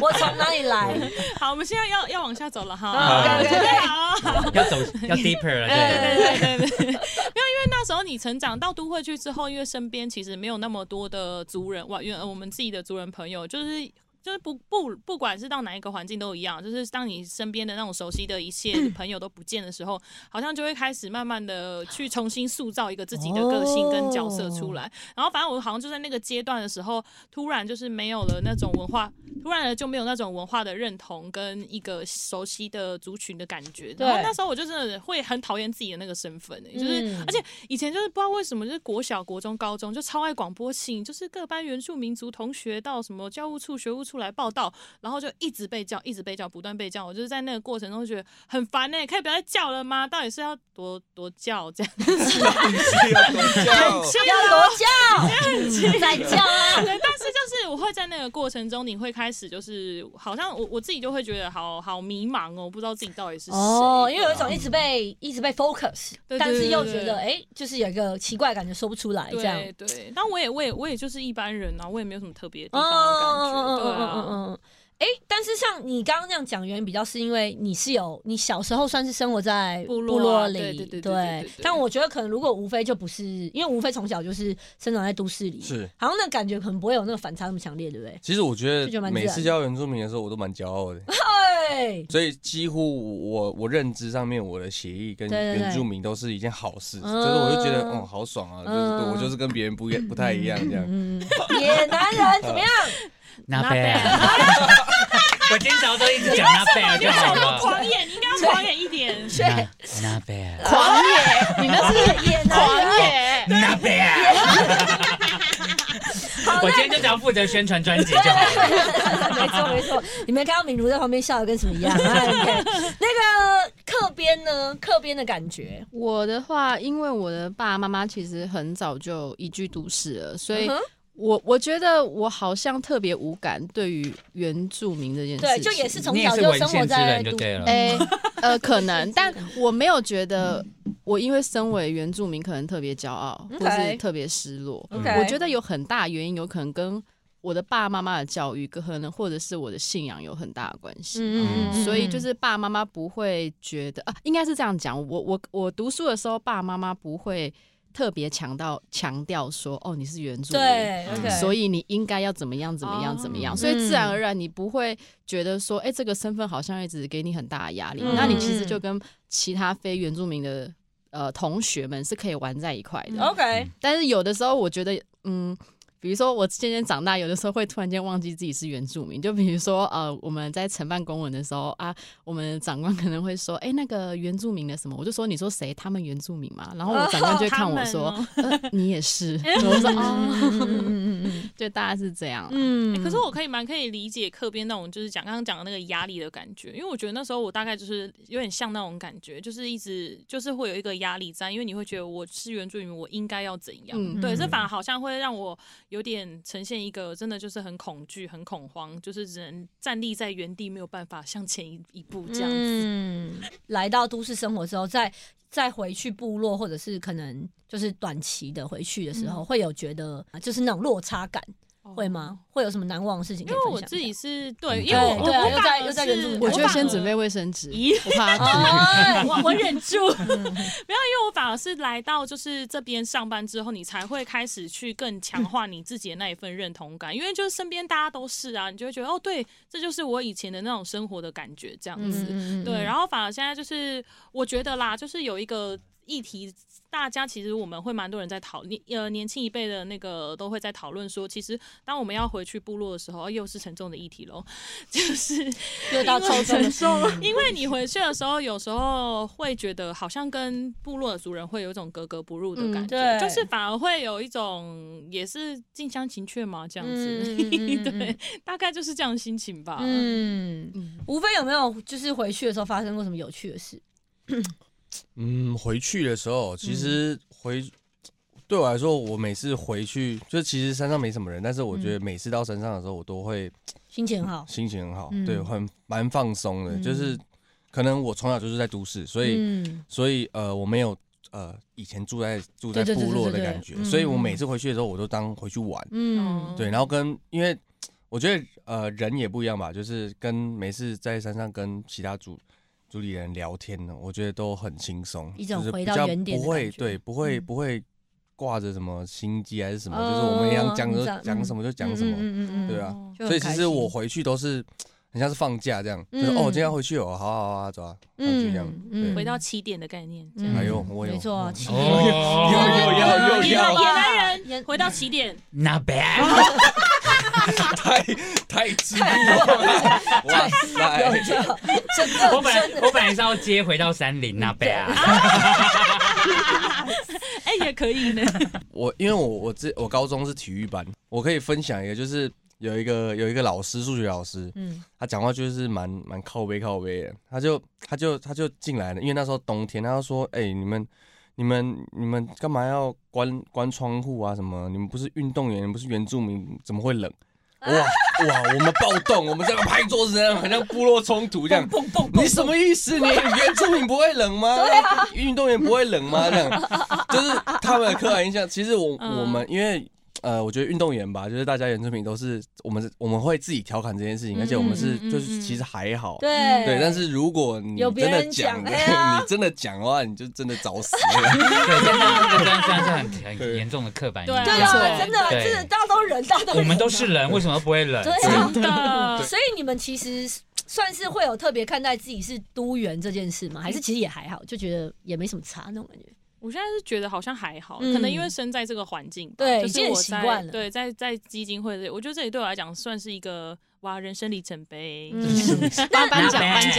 Speaker 1: 我从哪里来？
Speaker 3: 好，我们现在要要往下走了哈。
Speaker 1: 啊
Speaker 2: ，OK，OK，OK
Speaker 3: 对好
Speaker 2: *laughs* 要走要 deeper 了， *laughs*
Speaker 3: 对对
Speaker 2: 对，
Speaker 3: 对对对， *laughs* 没有，因为那时候你成长到都会去之后，因为身边其实没有那么多的族人，哇，因为我们自己的族人朋友就是。就是不不不管是到哪一个环境都一样，就是当你身边的那种熟悉的一切 *clears throat* 朋友都不见的时候，好像就会开始慢慢的去重新塑造一个自己的个性跟角色出来。然后反正我好像就在那个阶段的时候，突然就是没有了那种文化，突然就没有那种文化的认同跟一个熟悉的族群的感觉。然后
Speaker 1: 对
Speaker 3: 那时候我就真的会很讨厌自己的那个身份、欸，就是、
Speaker 1: 嗯
Speaker 3: 而且以前就是不知道为什么，就是国小、国中、高中就超爱广播性，就是各班原住民族同学到什么教务处、学务处来报道，然后就一直被叫，一直被叫，不断被叫。我就是在那个过程中觉得很烦哎、可以不要再叫了吗？到底是要多多叫这样？
Speaker 1: 要多叫，
Speaker 5: 要
Speaker 1: 再叫啊！
Speaker 3: 对，但是就是我会在那个过程中，你会开始就是好像我我自己就会觉得好好迷茫哦，不知道自己到底是谁。
Speaker 1: 哦，因为有一种一直被一直被 focus，
Speaker 3: 对对对
Speaker 1: 但是又觉
Speaker 3: 对
Speaker 1: 得哎，就是有一个奇怪的感觉说不出来这样。
Speaker 3: 对对，但我也我也我也就是一般人啊，我也没有什么特别的地
Speaker 1: 嗯
Speaker 3: 方的感觉，对
Speaker 1: 嗯
Speaker 3: 啊。
Speaker 1: 嗯。哎，但是像你刚刚那样讲，原因比较是因为你是有你小时候算是生活在
Speaker 3: 部落啊
Speaker 1: 落
Speaker 3: 对
Speaker 1: 里
Speaker 3: 对，对对对对对
Speaker 1: 但我觉得可能如果无非就不是，因为无非从小就是生长在都市里，
Speaker 5: 是。
Speaker 1: 好像那感觉可能不会有那个反差那么强烈，对不对？
Speaker 5: *laughs* 其实我觉
Speaker 1: 就觉得
Speaker 5: 得
Speaker 1: 蛮
Speaker 5: 每
Speaker 1: 自
Speaker 5: 次
Speaker 1: 然
Speaker 5: 教原住民的时候，我都蛮骄傲的，
Speaker 1: 对，
Speaker 5: 所以几乎我我认知上面，我的协议跟
Speaker 1: 对对对
Speaker 5: 原住民都是一件好事，
Speaker 1: 嗯
Speaker 5: 就是我就觉得嗯好爽啊，就是
Speaker 1: 嗯
Speaker 5: 对我就是跟别人不一不太一样这样。
Speaker 1: 嗯，野男人怎么样？
Speaker 2: 那
Speaker 3: 那
Speaker 2: 贝
Speaker 3: 贝，
Speaker 2: *laughs* 我今早都一直讲那贝就好
Speaker 3: 要
Speaker 2: 了。
Speaker 3: 啊 *laughs* 狂野，你应该要狂野一点。
Speaker 1: 对，
Speaker 2: 那那贝，
Speaker 1: 狂野，你那是野男人。
Speaker 3: 野，
Speaker 2: 那贝，
Speaker 1: 好
Speaker 2: 我
Speaker 1: 那
Speaker 2: 今天就只要负责宣传专辑就好了。
Speaker 1: 没错没错，你没看到敏如在旁边笑的跟什么一样？哎，OK 那个课边呢？课边的感觉，
Speaker 4: 我的话，因为我的爸爸妈妈其实很早就移居都市了，所以
Speaker 1: 嗯哼
Speaker 4: 我我觉得我好像特别无感对于原住民这件事
Speaker 1: 对，
Speaker 4: 情。
Speaker 1: 就也是从
Speaker 2: 你也
Speaker 1: 小
Speaker 2: 是
Speaker 1: 就
Speaker 2: 文
Speaker 1: 生活
Speaker 2: 献之
Speaker 1: 在
Speaker 2: 人
Speaker 1: 都
Speaker 2: 就对了。
Speaker 4: 哎、呃，可
Speaker 1: *laughs*
Speaker 4: 能，但我没有觉得我因为身为原住民，可能特别骄傲，或
Speaker 1: 嗯 OK
Speaker 4: 是特别失落。
Speaker 1: OK，
Speaker 4: 我觉得有很大原因，有可能跟我的爸爸妈妈的教育，可能或者是我的信仰有很大的关系。
Speaker 1: 嗯
Speaker 4: 所以就是爸爸妈妈不会觉得啊，应该是这样讲。我我我读书的时候，爸爸妈妈不会特别强调强调说哦，你是原住民。
Speaker 1: 对，OK，
Speaker 4: 嗯所以你应该要怎么样怎么样
Speaker 3: 哦
Speaker 4: 怎么样，所以自然而然你不会觉得说，哎、这个身份好像一直给你很大的压力。
Speaker 1: 嗯
Speaker 4: 那你其实就跟其他非原住民的呃同学们是可以玩在一块
Speaker 1: 嗯
Speaker 4: 的。
Speaker 1: OK，
Speaker 4: 但是有的时候我觉得，嗯，比如说我渐渐长大，有的时候会突然间忘记自己是原住民。就比如说，呃，我们在承办公文的时候啊，我们长官可能会说，哎、那个原住民的什么，我就说你说谁？他们原住民嘛。然后我长官就会看我说，
Speaker 3: 哦
Speaker 4: 呃、你也是。然后我说啊，
Speaker 1: 嗯
Speaker 4: 就大概是这样。
Speaker 1: 嗯
Speaker 3: 欸可是我可以蛮可以理解课边那种，就是讲刚刚讲的那个压力的感觉，因为我觉得那时候我大概就是有点像那种感觉，就是一直就是会有一个压力在，因为你会觉得我是原住民，我应该要怎样？
Speaker 4: 嗯
Speaker 3: 对，这反而好像会让我有点呈现一个真的就是很恐惧、很恐慌，就是只能站立在原地，没有办法向前一一步这样子。
Speaker 1: 嗯，来到都市生活之后，再再回去部落，或者是可能就是短期的回去的时候，会有觉得啊就是那种落差感，嗯会吗？会有什么难忘的事情可
Speaker 3: 因
Speaker 1: 以分享一
Speaker 3: 为我
Speaker 1: 下？
Speaker 3: 自己是对，
Speaker 2: 嗯
Speaker 3: 因为我我
Speaker 2: 对
Speaker 1: 对啊
Speaker 3: 我
Speaker 1: 又
Speaker 3: 反
Speaker 1: 在
Speaker 3: 而
Speaker 1: 又在原住民
Speaker 3: 是
Speaker 4: 我觉得
Speaker 3: 反
Speaker 4: 先
Speaker 3: 而
Speaker 4: 准备卫生纸，
Speaker 3: 咦
Speaker 4: 我怕它
Speaker 1: 哎 *laughs*
Speaker 3: 我我忍住，没有，因为我反而是来到就是这边上班之后，你才会开始去更强化你自己的那一份认同感，因为就是身边大家都是啊，你就会觉得哦，对，这就是我以前的那种生活的感觉这样子。
Speaker 1: 嗯
Speaker 3: 对，然后反而现在就是我觉得啦，就是有一个。议题，大家其实我们会蛮多人在讨论，呃，年轻一辈的那个都会在讨论说，其实当我们要回去部落的时候，呃又是沉重的议题喽，就是
Speaker 1: 又到
Speaker 3: 因为
Speaker 1: 抽中的时候，
Speaker 3: *laughs* 因为你回去的时候，有时候会觉得好像跟部落的族人会有一种格格不入的感觉，
Speaker 1: 嗯对
Speaker 3: 就是反而会有一种也是近乡情怯嘛，这样 *laughs* 子，
Speaker 1: 嗯嗯嗯嗯
Speaker 3: 对，大概就是这样的心情吧。
Speaker 1: 嗯，无非有没有就是回去的时候发生过什么有趣的事？
Speaker 5: 嗯，回去的时候，其实回、对我来说，我每次回去，就其实山上没什么人，但是我
Speaker 1: 嗯
Speaker 5: 觉得每次到山上的时候，我都会
Speaker 1: 心情很好，
Speaker 5: 心情很好，
Speaker 1: 嗯
Speaker 5: 对，很蛮放松的。
Speaker 1: 嗯
Speaker 5: 就是可能我从小就是在都市，所以、
Speaker 1: 嗯，
Speaker 5: 所以呃，我没有呃以前住在住在
Speaker 1: 对对对
Speaker 5: 部落
Speaker 1: 对
Speaker 5: 的
Speaker 1: 对
Speaker 5: 感觉，
Speaker 1: 嗯
Speaker 5: 所以我每次回去的时候，我都当回去玩。
Speaker 1: 嗯，
Speaker 5: 对，然后跟因为我觉得呃人也不一样吧，就是跟每次在山上跟其他组组里人聊天呢，我觉得都很轻松，
Speaker 1: 一种
Speaker 5: 就是
Speaker 1: 回
Speaker 5: 比
Speaker 1: 到
Speaker 5: 较
Speaker 1: 原点的
Speaker 5: 不会
Speaker 1: 感觉
Speaker 5: 对，不会、
Speaker 1: 嗯
Speaker 5: 不会挂着什么心机还是什么，就是我们一样讲
Speaker 1: 哦
Speaker 5: 就
Speaker 1: 你知道
Speaker 5: 讲什么就讲什么，
Speaker 1: 嗯
Speaker 5: 对啊
Speaker 3: 哦
Speaker 1: 就很
Speaker 5: 所以其
Speaker 1: 开
Speaker 5: 实
Speaker 1: 心
Speaker 5: 我回去都是很像是放假这样，就是
Speaker 1: 嗯
Speaker 5: 哦今天要回去哦，好好好啊，走啊，那就这样，对
Speaker 3: 嗯回到起点的概念，这
Speaker 1: 嗯
Speaker 3: 样
Speaker 5: 哎呦我有
Speaker 1: 没错，起 *laughs* 点
Speaker 2: *laughs* 哦，
Speaker 5: 又
Speaker 3: 野
Speaker 5: 要
Speaker 3: 男
Speaker 1: 也
Speaker 3: 人回到起点，
Speaker 2: ，Not bad，
Speaker 5: *laughs* 太太激动了，
Speaker 1: *laughs*
Speaker 5: 哇塞！
Speaker 1: 真的
Speaker 2: 我本来我本来是要接回到山林，Not bad，
Speaker 3: 哎，也可以
Speaker 1: *laughs*
Speaker 3: 呢。
Speaker 5: 我因为我我之我高中是体育班，我可以分享一个，就是有一个有一个老师，数学老师，
Speaker 1: 嗯
Speaker 5: 他讲话就是蛮蛮靠背靠背的，他就他就他就进来了，因为那时候冬天，他就说，哎、你们你们你们干嘛要关关窗户啊什么？你们不是运动员，你们不是原住民，怎么会冷？哇哇！我们暴动，我们这样拍桌子，这样好像部落冲突这样。你什么意思？你原住民不会冷吗？运动员不会冷吗？这样就是他们的刻板印象。其实我
Speaker 3: 嗯
Speaker 5: 我们因为呃，我觉得运动员吧，就是大家原住民都是我们是我们会自己调侃这件事情，而且我们是
Speaker 3: 嗯嗯
Speaker 5: 就是其实还好。
Speaker 1: 对
Speaker 5: 对，但是如果你
Speaker 1: 有别
Speaker 5: 真的
Speaker 1: 人讲
Speaker 5: 讲 *laughs* 的，
Speaker 1: 哎呀
Speaker 5: 你真的讲的话，你就真的找死了。
Speaker 2: *laughs* 对，真的这真的是很很严重的刻板印
Speaker 1: 对
Speaker 2: 象。
Speaker 1: 啊，真的
Speaker 2: 对
Speaker 1: 真的大家都人，大家都人
Speaker 2: 我们都是人，为什么不会冷？
Speaker 1: 对啊
Speaker 3: 真，的，
Speaker 1: 所以你们其实算是会有特别看待自己是都员这件事吗？还是其实也还好，就觉得也没什么差那种感觉？
Speaker 3: 我现在是觉得好像还好，
Speaker 1: 嗯
Speaker 3: 可能因为身在这个环境吧，
Speaker 1: 对已
Speaker 3: 就
Speaker 1: 经
Speaker 3: 是
Speaker 1: 很
Speaker 3: 我
Speaker 1: 习惯
Speaker 3: 在
Speaker 1: 了
Speaker 3: 对在在基金会这里，我觉得这里对我来讲算是一个哇人生里程碑。 *laughs*
Speaker 1: 嗯，
Speaker 4: 颁颁
Speaker 2: Not
Speaker 4: 奖颁
Speaker 2: bad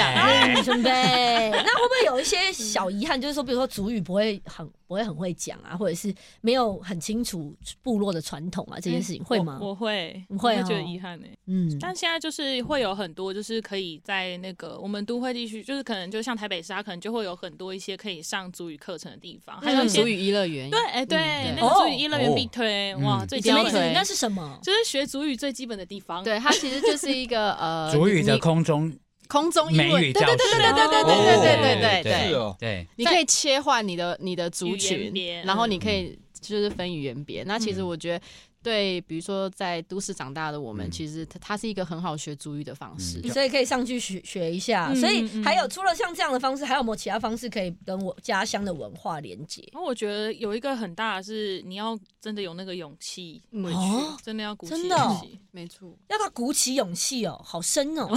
Speaker 4: 奖，
Speaker 1: 准备。 *laughs* 那会不会有一些小遗憾？就是说，比如说主语不会很不会很会讲啊，或者是没有很清楚部落的传统啊，这件事情会吗
Speaker 3: 嗯我？我会，
Speaker 1: 你会
Speaker 3: 我觉得
Speaker 1: 哦
Speaker 3: 遗憾呢、欸
Speaker 1: 嗯，
Speaker 3: 但现在就是会有很多，就是可以在那个我们都会地区，就是可能就像台北市，它可能就会有很多一些可以上足语课程的地方，还有一些、
Speaker 4: 嗯主语一乐园，
Speaker 3: 嗯对，哎、对，
Speaker 4: 嗯
Speaker 3: 那个足
Speaker 1: 哦
Speaker 3: 语一乐园必推，
Speaker 2: 嗯
Speaker 3: 哇，最
Speaker 4: 一
Speaker 1: 什
Speaker 3: 基
Speaker 4: 定
Speaker 1: 么
Speaker 4: 要
Speaker 3: 本
Speaker 1: 意思
Speaker 4: 推
Speaker 3: 的，
Speaker 1: 那是什么？
Speaker 3: 就是学足语最基本的地方。
Speaker 4: 对，它其实就是一个
Speaker 2: *laughs*
Speaker 4: 呃，
Speaker 2: 主语的
Speaker 4: 你
Speaker 2: 空中
Speaker 4: 空中英
Speaker 2: 美
Speaker 4: 文，
Speaker 2: 语
Speaker 4: 对
Speaker 2: 教
Speaker 4: 对
Speaker 2: 室，
Speaker 4: 对对对对对对对对
Speaker 5: 是
Speaker 4: 对，
Speaker 5: 哦，
Speaker 2: 对，
Speaker 4: 你可以切换你的你的族
Speaker 3: 语言
Speaker 4: 群
Speaker 3: 别，
Speaker 4: 然后
Speaker 2: 嗯
Speaker 4: 你可以就是分语言别。那其实我觉得。对，比如说在都市长大的我们，
Speaker 2: 嗯
Speaker 4: 其实它它是一个很好学主语的方式。
Speaker 1: 所以可以上去学学一下。
Speaker 3: 嗯
Speaker 1: 所以
Speaker 3: 嗯
Speaker 1: 还有除了像这样的方式，还有没有其他方式可以跟我家乡的文化连接？
Speaker 3: 然后我觉得有一个很大的是，你要真的有那个勇气
Speaker 4: 嗯
Speaker 3: 回去，
Speaker 1: 哦
Speaker 3: 真的要鼓起
Speaker 1: 真
Speaker 3: 勇
Speaker 1: 的哦
Speaker 3: 气。
Speaker 4: 没错，
Speaker 1: 要他鼓起勇气哦，好深哦。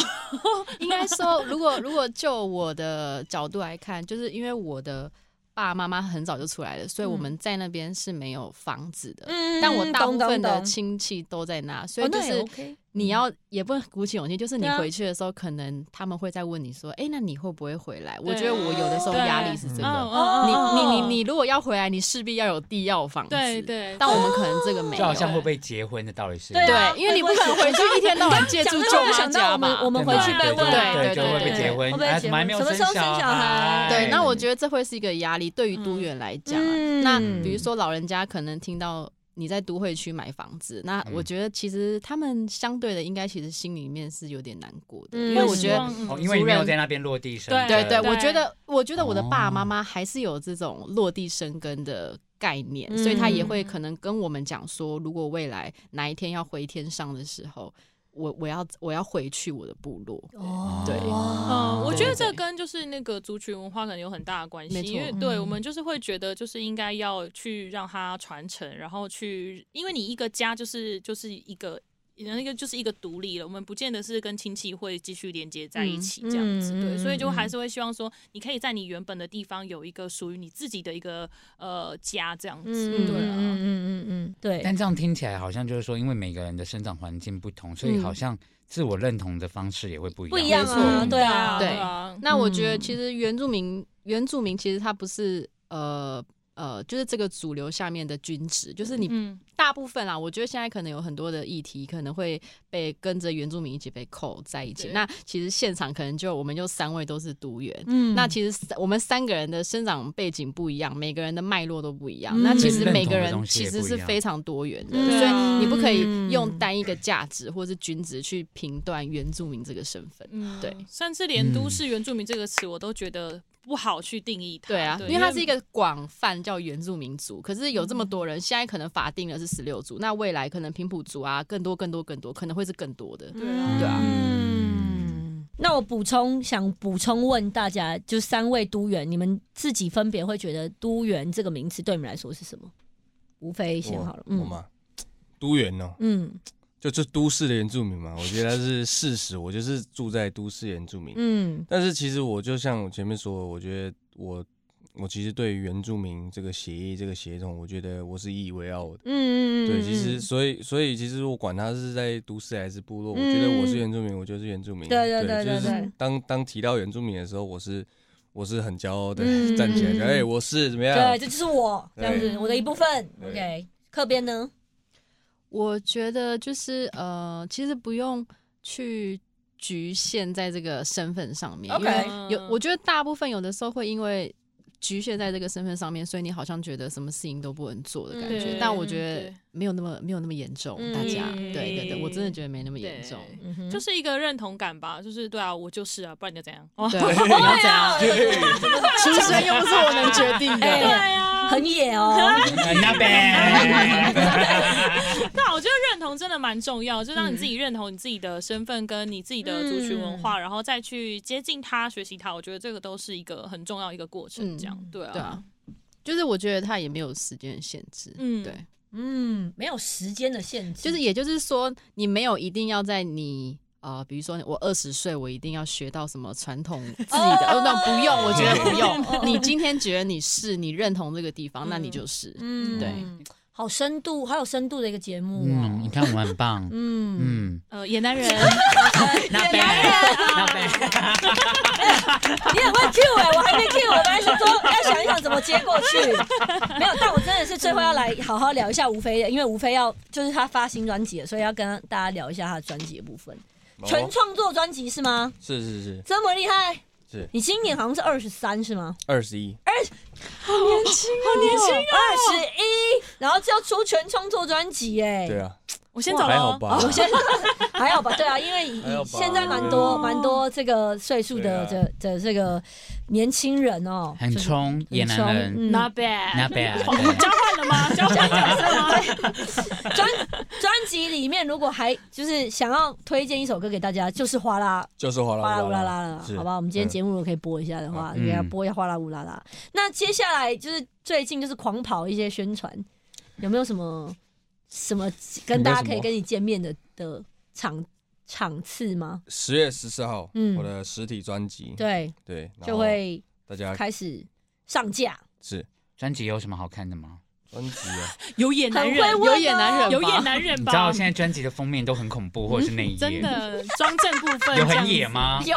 Speaker 4: 应该说，如果如果就我的角度来看，就是因为我的爸爸妈妈很早就出来了，所以我们在那边是没有房子的。
Speaker 1: 嗯
Speaker 4: 但我大部分
Speaker 1: 懂
Speaker 4: 的
Speaker 1: 懂懂
Speaker 4: 亲戚都在那，所
Speaker 1: 哦
Speaker 4: 以就
Speaker 1: 那也
Speaker 4: 是
Speaker 1: OK
Speaker 4: 你要也不能鼓起勇气，就是你
Speaker 1: 对啊
Speaker 4: 回去的时候，可能他们会再问你说：“哎、那你会不会回来？”我
Speaker 3: 对
Speaker 4: 觉得我有的时候
Speaker 3: 对
Speaker 4: 压力是真
Speaker 3: 嗯
Speaker 4: 的。
Speaker 3: 嗯
Speaker 4: 哦
Speaker 1: 哦
Speaker 4: 你
Speaker 3: 嗯
Speaker 4: 你你
Speaker 3: 嗯
Speaker 4: 你，如果要回来，你势必要有地要有房子。
Speaker 3: 对。对，
Speaker 4: 但我们可能这个没
Speaker 2: 就
Speaker 4: 有
Speaker 2: 好。像会被结婚的道理是一样，
Speaker 1: 对啊
Speaker 4: 对，因为你不可能回去一天到晚借
Speaker 1: 讲
Speaker 4: 住
Speaker 1: 这
Speaker 4: 舅
Speaker 1: 个我
Speaker 4: 妈
Speaker 1: 想到
Speaker 4: 家
Speaker 1: 我们
Speaker 4: 嘛。
Speaker 1: 我们回
Speaker 2: 对
Speaker 1: 去被问
Speaker 2: 嘛对，
Speaker 4: 对对
Speaker 2: 就会被结婚，
Speaker 1: 对对
Speaker 2: 哎
Speaker 1: 会被结婚
Speaker 2: 怎么还没有
Speaker 1: 什么时候生小孩
Speaker 4: 对，那我
Speaker 2: 得
Speaker 4: 觉得这会是一个压力，对于都员来讲啊、
Speaker 1: 嗯
Speaker 4: 那比如说老人家可能听到你在都会区买房子，那我觉得其实他们相对的应该其实心里面是有点难过的，
Speaker 1: 嗯
Speaker 4: 因为我觉
Speaker 3: 希
Speaker 4: 得
Speaker 3: 望嗯
Speaker 2: 哦，因为你没有在那边落地生根，
Speaker 4: 对对，
Speaker 3: 对
Speaker 4: 我觉得我觉得我的爸爸妈妈还是有这种落地生根的概念，
Speaker 1: 嗯
Speaker 4: 所以他也会可能跟我们讲说，如果未来哪一天要回天上的时候，我我要我要回去我的部落。
Speaker 1: 哦，
Speaker 4: 对
Speaker 1: 哇，
Speaker 3: 嗯，我
Speaker 4: 对
Speaker 3: 觉得
Speaker 4: 对
Speaker 3: 这跟就是那个族群文化可能有很大的关系
Speaker 4: 没，错
Speaker 3: 因为对
Speaker 1: 嗯
Speaker 3: 我们就是会觉得就是应该要去让它传承，然后去，因为你一个家就是就是一个。那个就是一个独立了，我们不见得是跟亲戚会继续连接在一起这样子，
Speaker 1: 嗯嗯嗯
Speaker 3: 对，所以就
Speaker 1: 嗯
Speaker 3: 还是会希望说，你可以在你原本的地方有一个属于你自己的一个呃家这样子，
Speaker 1: 嗯，
Speaker 3: 对
Speaker 1: 嗯
Speaker 3: 啊，
Speaker 1: 嗯嗯嗯，对
Speaker 2: 但，这样听起来好像就是说，因为每个人的生长环境不同，所以
Speaker 1: 嗯
Speaker 2: 好像自我认同的方式也会不一样。
Speaker 1: 不一样啊，
Speaker 3: 嗯
Speaker 1: 对啊，
Speaker 4: 对
Speaker 3: 啊，
Speaker 4: 那我觉得
Speaker 1: 嗯
Speaker 4: 其实原住民，原住民其实他不是呃呃，就是这个主流下面的均值，就是你
Speaker 3: 嗯，
Speaker 4: 大部分啦，我觉得现在可能有很多的议题可能会被跟着原住民一起被扣在一起。
Speaker 3: 对
Speaker 4: 那其实现场可能就我们就三位都是独员。
Speaker 1: 嗯
Speaker 4: 那其实三我们三个人的生长背景不一样，每个人的脉络都不一样。
Speaker 1: 嗯
Speaker 4: 那其
Speaker 1: 所
Speaker 4: 实
Speaker 1: 以
Speaker 4: 每个
Speaker 2: 认同的
Speaker 4: 人
Speaker 2: 东西
Speaker 4: 其
Speaker 2: 也
Speaker 4: 实
Speaker 2: 不一
Speaker 4: 是
Speaker 2: 样
Speaker 4: 非常多元的，
Speaker 3: 对
Speaker 4: 所
Speaker 3: 啊
Speaker 4: 以你不可以用
Speaker 1: 嗯
Speaker 4: 单一个价值或是均值去评断原住民这个身份。
Speaker 3: 嗯
Speaker 4: 对，
Speaker 3: 甚至连都
Speaker 2: 嗯
Speaker 3: 市原住民这个词，我都觉得不好去定义它。
Speaker 4: 对啊，因为它是一个广泛叫原住民族，可是有这么多人，现在可能法定的是十六族，那未来可能平埔族啊，更多更多更多，可能会是更多的。
Speaker 3: 对啊
Speaker 4: 对啊
Speaker 1: 嗯，那我补充想补充问大家，就三位都员，你们自己分别会觉得“都员”这个名词对你们来说是什么？无非先好了，
Speaker 5: 我
Speaker 1: 嗯
Speaker 5: 嘛，都园哦，
Speaker 1: 嗯
Speaker 5: 就这都市的原住民嘛，我觉得它是事实，我就是住在都市原住民。
Speaker 1: 嗯
Speaker 5: 但是其实我就像我前面说的，我觉得我我其实对于原住民这个协议、这个协同，我觉得我是引以为傲的。
Speaker 1: 嗯嗯，
Speaker 5: 对，其实所以所以其实我管他是在都市还是部落，我觉得我是原住民，我就是原住
Speaker 1: 嗯
Speaker 5: 民。
Speaker 1: 对对对对
Speaker 5: 就是
Speaker 1: 对
Speaker 5: 当当提到原住民的时候，我是我是很骄傲的
Speaker 1: 嗯
Speaker 5: *laughs* 站起来
Speaker 1: 嗯
Speaker 5: 说，
Speaker 1: 嗯
Speaker 5: 哎，我是怎么样？
Speaker 1: 对，这就是我这样子，
Speaker 3: 对
Speaker 1: 我的一部分。
Speaker 5: 对
Speaker 1: OK，课边呢？
Speaker 4: 我觉得就是呃，其实不用去局限在这个身份上面
Speaker 1: OK
Speaker 4: 因为
Speaker 3: 嗯
Speaker 4: 有我觉得大部分有的时候会因为。局限在这个身份上面，所以你好像觉得什么事情都不能做的感觉
Speaker 1: 嗯，
Speaker 4: 但我觉
Speaker 3: 对
Speaker 4: 得没有那么没有那么严重，
Speaker 1: 嗯
Speaker 4: 大家
Speaker 1: 嗯
Speaker 4: 对对对，我真的觉得没那么严重，
Speaker 3: 对
Speaker 1: 嗯哼
Speaker 3: 就是一个认同感吧，就是对啊，我就是啊，不然你要怎样？哦， *laughs*
Speaker 4: 对，你
Speaker 1: *laughs*
Speaker 5: 哎
Speaker 4: 要怎
Speaker 5: 啊
Speaker 4: 样？出生又不是我能决 *laughs* 定
Speaker 1: 哎
Speaker 4: 的。
Speaker 3: 啊
Speaker 1: 很野哦，
Speaker 2: 嗯那边
Speaker 3: 对啊，我觉得认同真的蛮重要，就让你自己认同你自己的身份跟你自己的族群文化，然后再去接近它、学习它，我觉得这个都是一个很重要一个过程。
Speaker 4: 嗯
Speaker 3: 这样对啊，
Speaker 4: 对啊，就是我觉得他也没有时间限制，
Speaker 3: 嗯
Speaker 4: 对，
Speaker 1: *laughs* 嗯，没有时间的限制，
Speaker 4: 就是也就是说，你没有一定要在你。呃，比如说我二十岁，我一定要学到什么传统自己的，
Speaker 1: 哦
Speaker 4: 哦，那不用，我觉得不
Speaker 1: 哦
Speaker 4: 用。你今天觉得你是，你认同这个地方，那你就是。
Speaker 1: 嗯
Speaker 4: 对，
Speaker 1: 好深度，好有深度的一个节目
Speaker 2: 嗯，你
Speaker 1: 哦。
Speaker 2: 看我们很棒，
Speaker 1: 嗯，
Speaker 2: 嗯，
Speaker 3: 呃，野男人，
Speaker 2: 那边
Speaker 1: 啊
Speaker 2: 那边，
Speaker 1: 你很会 Q 哎、我还没 Q，我本来想说要想一想怎么接过去，没有，但我真的是最后要来好好聊一下吴飞的，因为吴飞要就是他发新专辑了，所以要跟大家聊一下他的专辑的部分。
Speaker 5: 哦
Speaker 1: 全创作专辑是吗？
Speaker 5: 是是是
Speaker 1: 这么厉害？
Speaker 5: 是
Speaker 1: 你今年好像是二十三是吗？
Speaker 5: 二十一，
Speaker 1: 哎好年轻二十一，然后就要出全创作专辑哎。
Speaker 5: 对啊，
Speaker 3: 我先走
Speaker 5: 还
Speaker 3: 了
Speaker 5: 好
Speaker 3: 哦。
Speaker 5: 吧？
Speaker 1: 我先还好吧，对啊，因为以
Speaker 5: 还好吧
Speaker 1: 现在蛮多蛮多这个岁数的
Speaker 5: 对啊
Speaker 1: 的的这个年轻人哦，
Speaker 2: 很冲，野
Speaker 1: 很
Speaker 2: 男人，
Speaker 1: 嗯
Speaker 3: Not bad，
Speaker 2: 那边
Speaker 1: *laughs*
Speaker 3: 交换了吗？交换角色吗？
Speaker 1: 专专辑里面如果还就是想要推荐一首歌给大家，就是《哗啦
Speaker 5: *laughs* 就是哗啦
Speaker 1: 哗啦乌啦啦》了，
Speaker 5: 是嗯
Speaker 1: 好吧？我们今天节目如果可以播一下的话，
Speaker 2: 嗯
Speaker 1: 给大家播一下《哗啦乌啦啦》。那接下来就是最近就是狂跑一些宣传，有没有什么什么跟大家可以跟你见面的的场场次吗？
Speaker 5: 十月十四号，
Speaker 1: 嗯
Speaker 5: 我的实体专辑，
Speaker 1: 对，
Speaker 5: 对，然后
Speaker 1: 就会
Speaker 5: 大家
Speaker 1: 开始上架。
Speaker 5: 是
Speaker 2: 专辑有什么好看的吗？
Speaker 5: 专辑
Speaker 1: *laughs*
Speaker 5: 啊，
Speaker 3: 有野男
Speaker 1: 很
Speaker 3: 人，
Speaker 1: 会问
Speaker 4: 有野男人吧，
Speaker 3: 哦有野男人
Speaker 2: 你
Speaker 3: 吧？
Speaker 2: 知道现在专辑的封面都很恐怖，或者是内页，
Speaker 3: 真的装正部分
Speaker 2: 有很野？吗？
Speaker 1: 有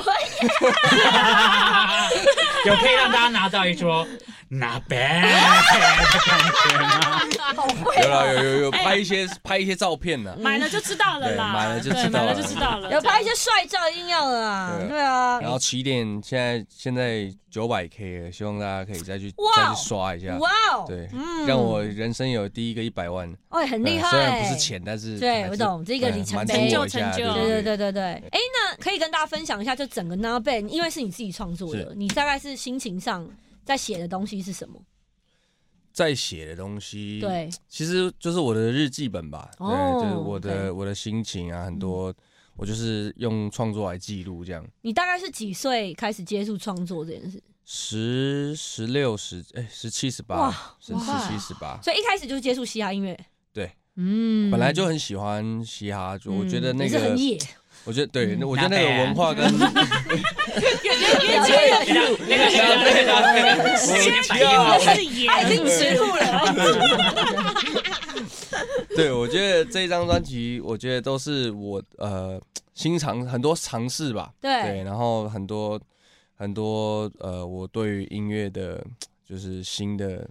Speaker 2: 有可以让大家拿到一桌那边的感觉吗？
Speaker 1: 好会
Speaker 5: 有啦有有
Speaker 1: 哎
Speaker 5: 有拍一些拍一些照片呢
Speaker 3: 这样子，买了就知道了啦，
Speaker 5: 对买了就知
Speaker 3: 对
Speaker 5: 道了
Speaker 3: 买了就知道
Speaker 1: *laughs*
Speaker 3: 了，
Speaker 1: 有拍一些帅照，硬要的啊，
Speaker 5: 对
Speaker 1: 对啊，
Speaker 5: 然后起点现在现在九百 K 了，希望大家可以再去
Speaker 1: 哇哦
Speaker 5: 再去刷一下，
Speaker 1: 哇哦，
Speaker 5: 对
Speaker 1: 嗯
Speaker 5: 让我人生有第一个一百万，
Speaker 1: 哎很厉
Speaker 5: 对
Speaker 1: 害，
Speaker 5: 虽然不是，钱，但是
Speaker 1: 对
Speaker 5: 还是
Speaker 1: 我懂这个
Speaker 5: 对
Speaker 1: 里程
Speaker 5: 满
Speaker 1: 碑
Speaker 5: 足我
Speaker 3: 成就
Speaker 5: 一下
Speaker 3: 成就
Speaker 1: 对对
Speaker 5: 对
Speaker 1: 对对对，哎，那可以跟大家分享一下，就整个 n a b a n 因为是你自己创作的，
Speaker 5: 是
Speaker 1: 你大概是心情上在写的东西是什么？
Speaker 5: 在写的东西，，
Speaker 1: 对，
Speaker 5: 其实就是我的日记本吧，对，
Speaker 1: 哦
Speaker 5: 就是我的
Speaker 1: OK 嗯
Speaker 5: 我的心情啊，很多我就是用创作来记录这样。
Speaker 1: 你大概是几岁开始接触创作这件事？
Speaker 5: 十十六十哎十七十
Speaker 1: 哇
Speaker 5: 八十十七十八
Speaker 1: 所以一开始就是接触嘻哈音乐，
Speaker 5: 对
Speaker 1: 嗯
Speaker 5: 本来就很喜欢嘻哈，就我觉得那
Speaker 1: 也是
Speaker 5: 个
Speaker 1: 很，野， *laughs*
Speaker 5: 我觉得对，那
Speaker 2: 嗯
Speaker 5: 我觉得那
Speaker 2: 搭
Speaker 5: 个
Speaker 2: 配啊
Speaker 5: 文化跟
Speaker 3: 那个那个
Speaker 5: 我
Speaker 3: 是野，
Speaker 1: *laughs* 他已经吃吐了。
Speaker 5: *laughs* 对，我觉得这张专辑，我觉得都是我呃新尝很多尝试吧，对，
Speaker 1: 对，
Speaker 5: 然后很多很多呃，我对于音乐的，就是新的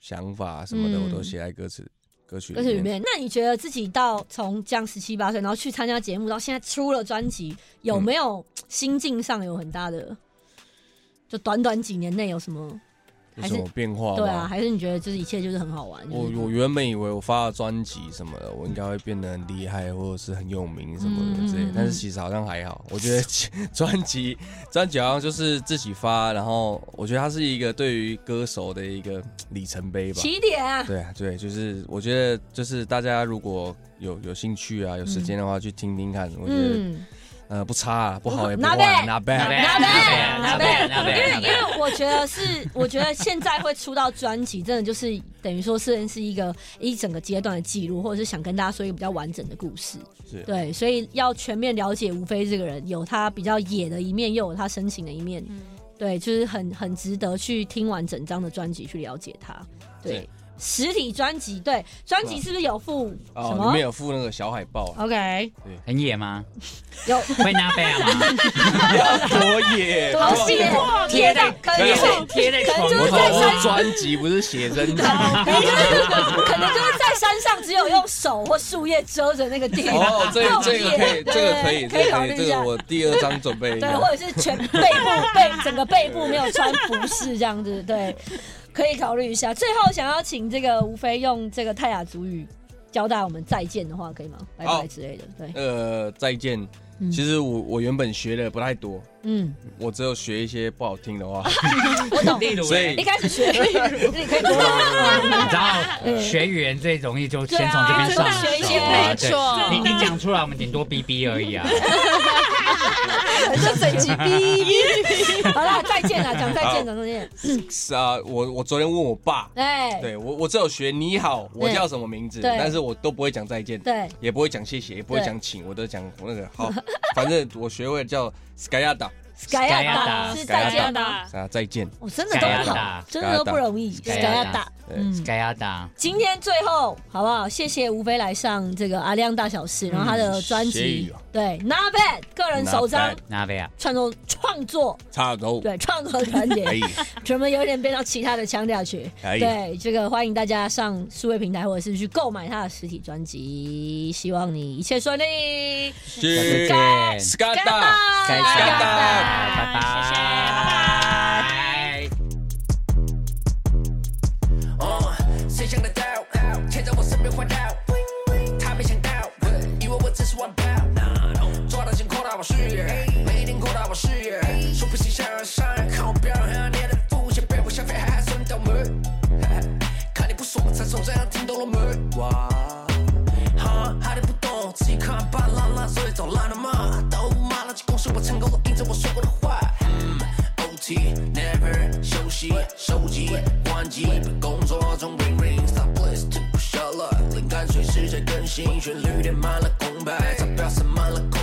Speaker 5: 想法啊什么的，
Speaker 1: 嗯
Speaker 5: 我都写在歌词歌曲
Speaker 1: 歌曲里
Speaker 5: 面。
Speaker 1: 面，那你觉得自己到从这样十七八岁，然后去参加节目，到现在出了专辑，有
Speaker 5: 嗯
Speaker 1: 没有心境上有很大的？就短短几年内有什么？
Speaker 5: 有什么变化吗？
Speaker 1: 对啊，还是你觉得就是一切就是很好玩？
Speaker 5: 我我原本以为我发了专辑什么的，我应该会变得很厉害，或者是很有名什么的之类的
Speaker 1: 嗯
Speaker 5: 但是其实好像还好。我觉
Speaker 1: *laughs*
Speaker 5: 得专辑专辑好像就是自己发，然后我觉得它是一个对于歌手的一个里程碑吧。
Speaker 1: 起点啊，
Speaker 5: 对啊，对，就是我觉得，就是大家如果有有兴趣啊，有时间的话，去听听看。我觉得，
Speaker 1: 嗯，
Speaker 5: 呃，不差啊，不好也不
Speaker 1: 拿
Speaker 5: 坏，
Speaker 1: 呗
Speaker 5: 拿
Speaker 2: 拿
Speaker 5: 呗。
Speaker 2: 呗
Speaker 1: 拿呗，拿
Speaker 2: 哎拿
Speaker 1: 呗
Speaker 2: 呗，
Speaker 1: 拿
Speaker 2: 拿
Speaker 1: 呗
Speaker 2: 呗
Speaker 1: 因为
Speaker 2: 拿
Speaker 1: 因
Speaker 2: 呗
Speaker 1: 为我觉得是， *laughs* 我觉得现在会出到专辑，真的就是等于说是嗯是一个一整个阶段的记录，或者是想跟大家说一个比较完整的故事。
Speaker 5: 是
Speaker 1: 对，所以要全面了解吴飞这个人，有他比较野的一面，又有他深情的一面。
Speaker 5: 嗯
Speaker 1: 对，就是很很值得去听完整张的专辑去了解他。对
Speaker 5: 是，
Speaker 1: 实体专辑，对，专辑是不是有附什
Speaker 5: 哦，
Speaker 1: 么
Speaker 5: 里面有附那个小海报、啊，
Speaker 1: o k
Speaker 2: 很野吗？
Speaker 1: 有
Speaker 2: 会拿贝尔吗？
Speaker 5: 多野！
Speaker 1: *laughs*
Speaker 2: 哦
Speaker 1: 多细贴到，可能就是
Speaker 2: 贴在
Speaker 1: 可能
Speaker 2: 床
Speaker 1: 就是
Speaker 5: 我
Speaker 1: 在
Speaker 5: 说
Speaker 1: 山
Speaker 5: 是专辑不是写真集。
Speaker 1: *laughs* 可能就是哎可能就是在山上，只有用手或树叶遮着那个地方。
Speaker 5: 哦，这
Speaker 1: 种
Speaker 5: 这个可
Speaker 1: 野
Speaker 5: 以，这个可以，
Speaker 1: 对可
Speaker 5: 这
Speaker 1: 以
Speaker 5: 个
Speaker 1: 考
Speaker 5: 可
Speaker 1: 虑
Speaker 5: 以，
Speaker 1: 一
Speaker 5: 这
Speaker 1: 下
Speaker 5: 个。我第二张准备一
Speaker 1: 对，
Speaker 5: 下
Speaker 1: 或。者是全背部背整个背部没有穿服饰这样子，对，可以考虑一下。最后想要请这个吴飞用这个泰雅族语交代我们再见的话，可以吗？拜拜
Speaker 5: 好
Speaker 1: 之类的，对，
Speaker 5: 呃，再见
Speaker 1: 嗯。
Speaker 5: 其实我我原本学的不太多，
Speaker 1: 嗯，
Speaker 5: 我只有学一些不好听的话， *laughs*
Speaker 1: 我懂。
Speaker 2: 例如
Speaker 1: *laughs*
Speaker 5: 所
Speaker 2: 嘞，
Speaker 5: 以
Speaker 1: 一开始学， *laughs* 你可以多
Speaker 2: 你知道学语言最容易就先从这边上手
Speaker 1: 对啊真的学一些
Speaker 2: 啊
Speaker 4: 没错
Speaker 2: 对你你讲出来，我们顶多哔哔而已啊。
Speaker 1: 很像整集哔。 *laughs* 好啦，再见啦，讲再见，讲再见。
Speaker 5: 是啊，我我昨天问我爸，
Speaker 1: 哎，
Speaker 5: 对我我只有学你好，我叫什么名字，
Speaker 1: 对
Speaker 5: 但是我都不会讲再见。
Speaker 1: 对，
Speaker 5: 也不会讲谢谢，也不会
Speaker 1: 对
Speaker 5: 讲请，我都讲那个好，反正我学会叫 Skyada
Speaker 1: 改亚达是再见吗？
Speaker 5: 啊，再见。
Speaker 1: 我真的都不好，真的都不容易。改亚达。
Speaker 5: 对，
Speaker 2: 该要打，
Speaker 1: 今天最后好不好？谢谢吴飞来上这个阿亮大小事，然后他的专
Speaker 5: 嗯谢
Speaker 1: 辑
Speaker 5: 谢啊
Speaker 1: 对 Not Bad 个人首张
Speaker 5: Not Bad
Speaker 2: 拿贝尔。
Speaker 1: 创作创作
Speaker 5: 差哎头
Speaker 1: 对创作团
Speaker 5: 可以
Speaker 1: *laughs* 体，，怎么有点变到其他的腔调去？
Speaker 5: 可以，
Speaker 1: 对，这个欢迎大家上数位平台或者是去购买他的实体专辑，希望你一切顺利。
Speaker 2: 下次
Speaker 5: 是
Speaker 2: 见，
Speaker 1: 干
Speaker 5: Skyada。
Speaker 1: 吧，
Speaker 2: 该
Speaker 5: 谢
Speaker 2: 要
Speaker 5: 谢
Speaker 2: 打，拜拜，
Speaker 3: 谢谢拜
Speaker 2: 拜。
Speaker 6: 哦，谁想得到？牵着我身边环绕，他没想到，以为我只是玩票。抓到钱扩大我视野，每天扩大我视野，说不行想要上，看我表扬你的付钱，被我消费还算倒霉。看你不爽我才手这样听懂了没？哇，哈，还你不懂，自己看吧，烂烂，所以早烂了嘛，都骂了，去公司我成功的印证我说过的话。嗯 OT never 休息，手机关机，工作中 ring ring stop please 停不下来，灵感随时在更新，旋律填满了空白，钞票塞满了口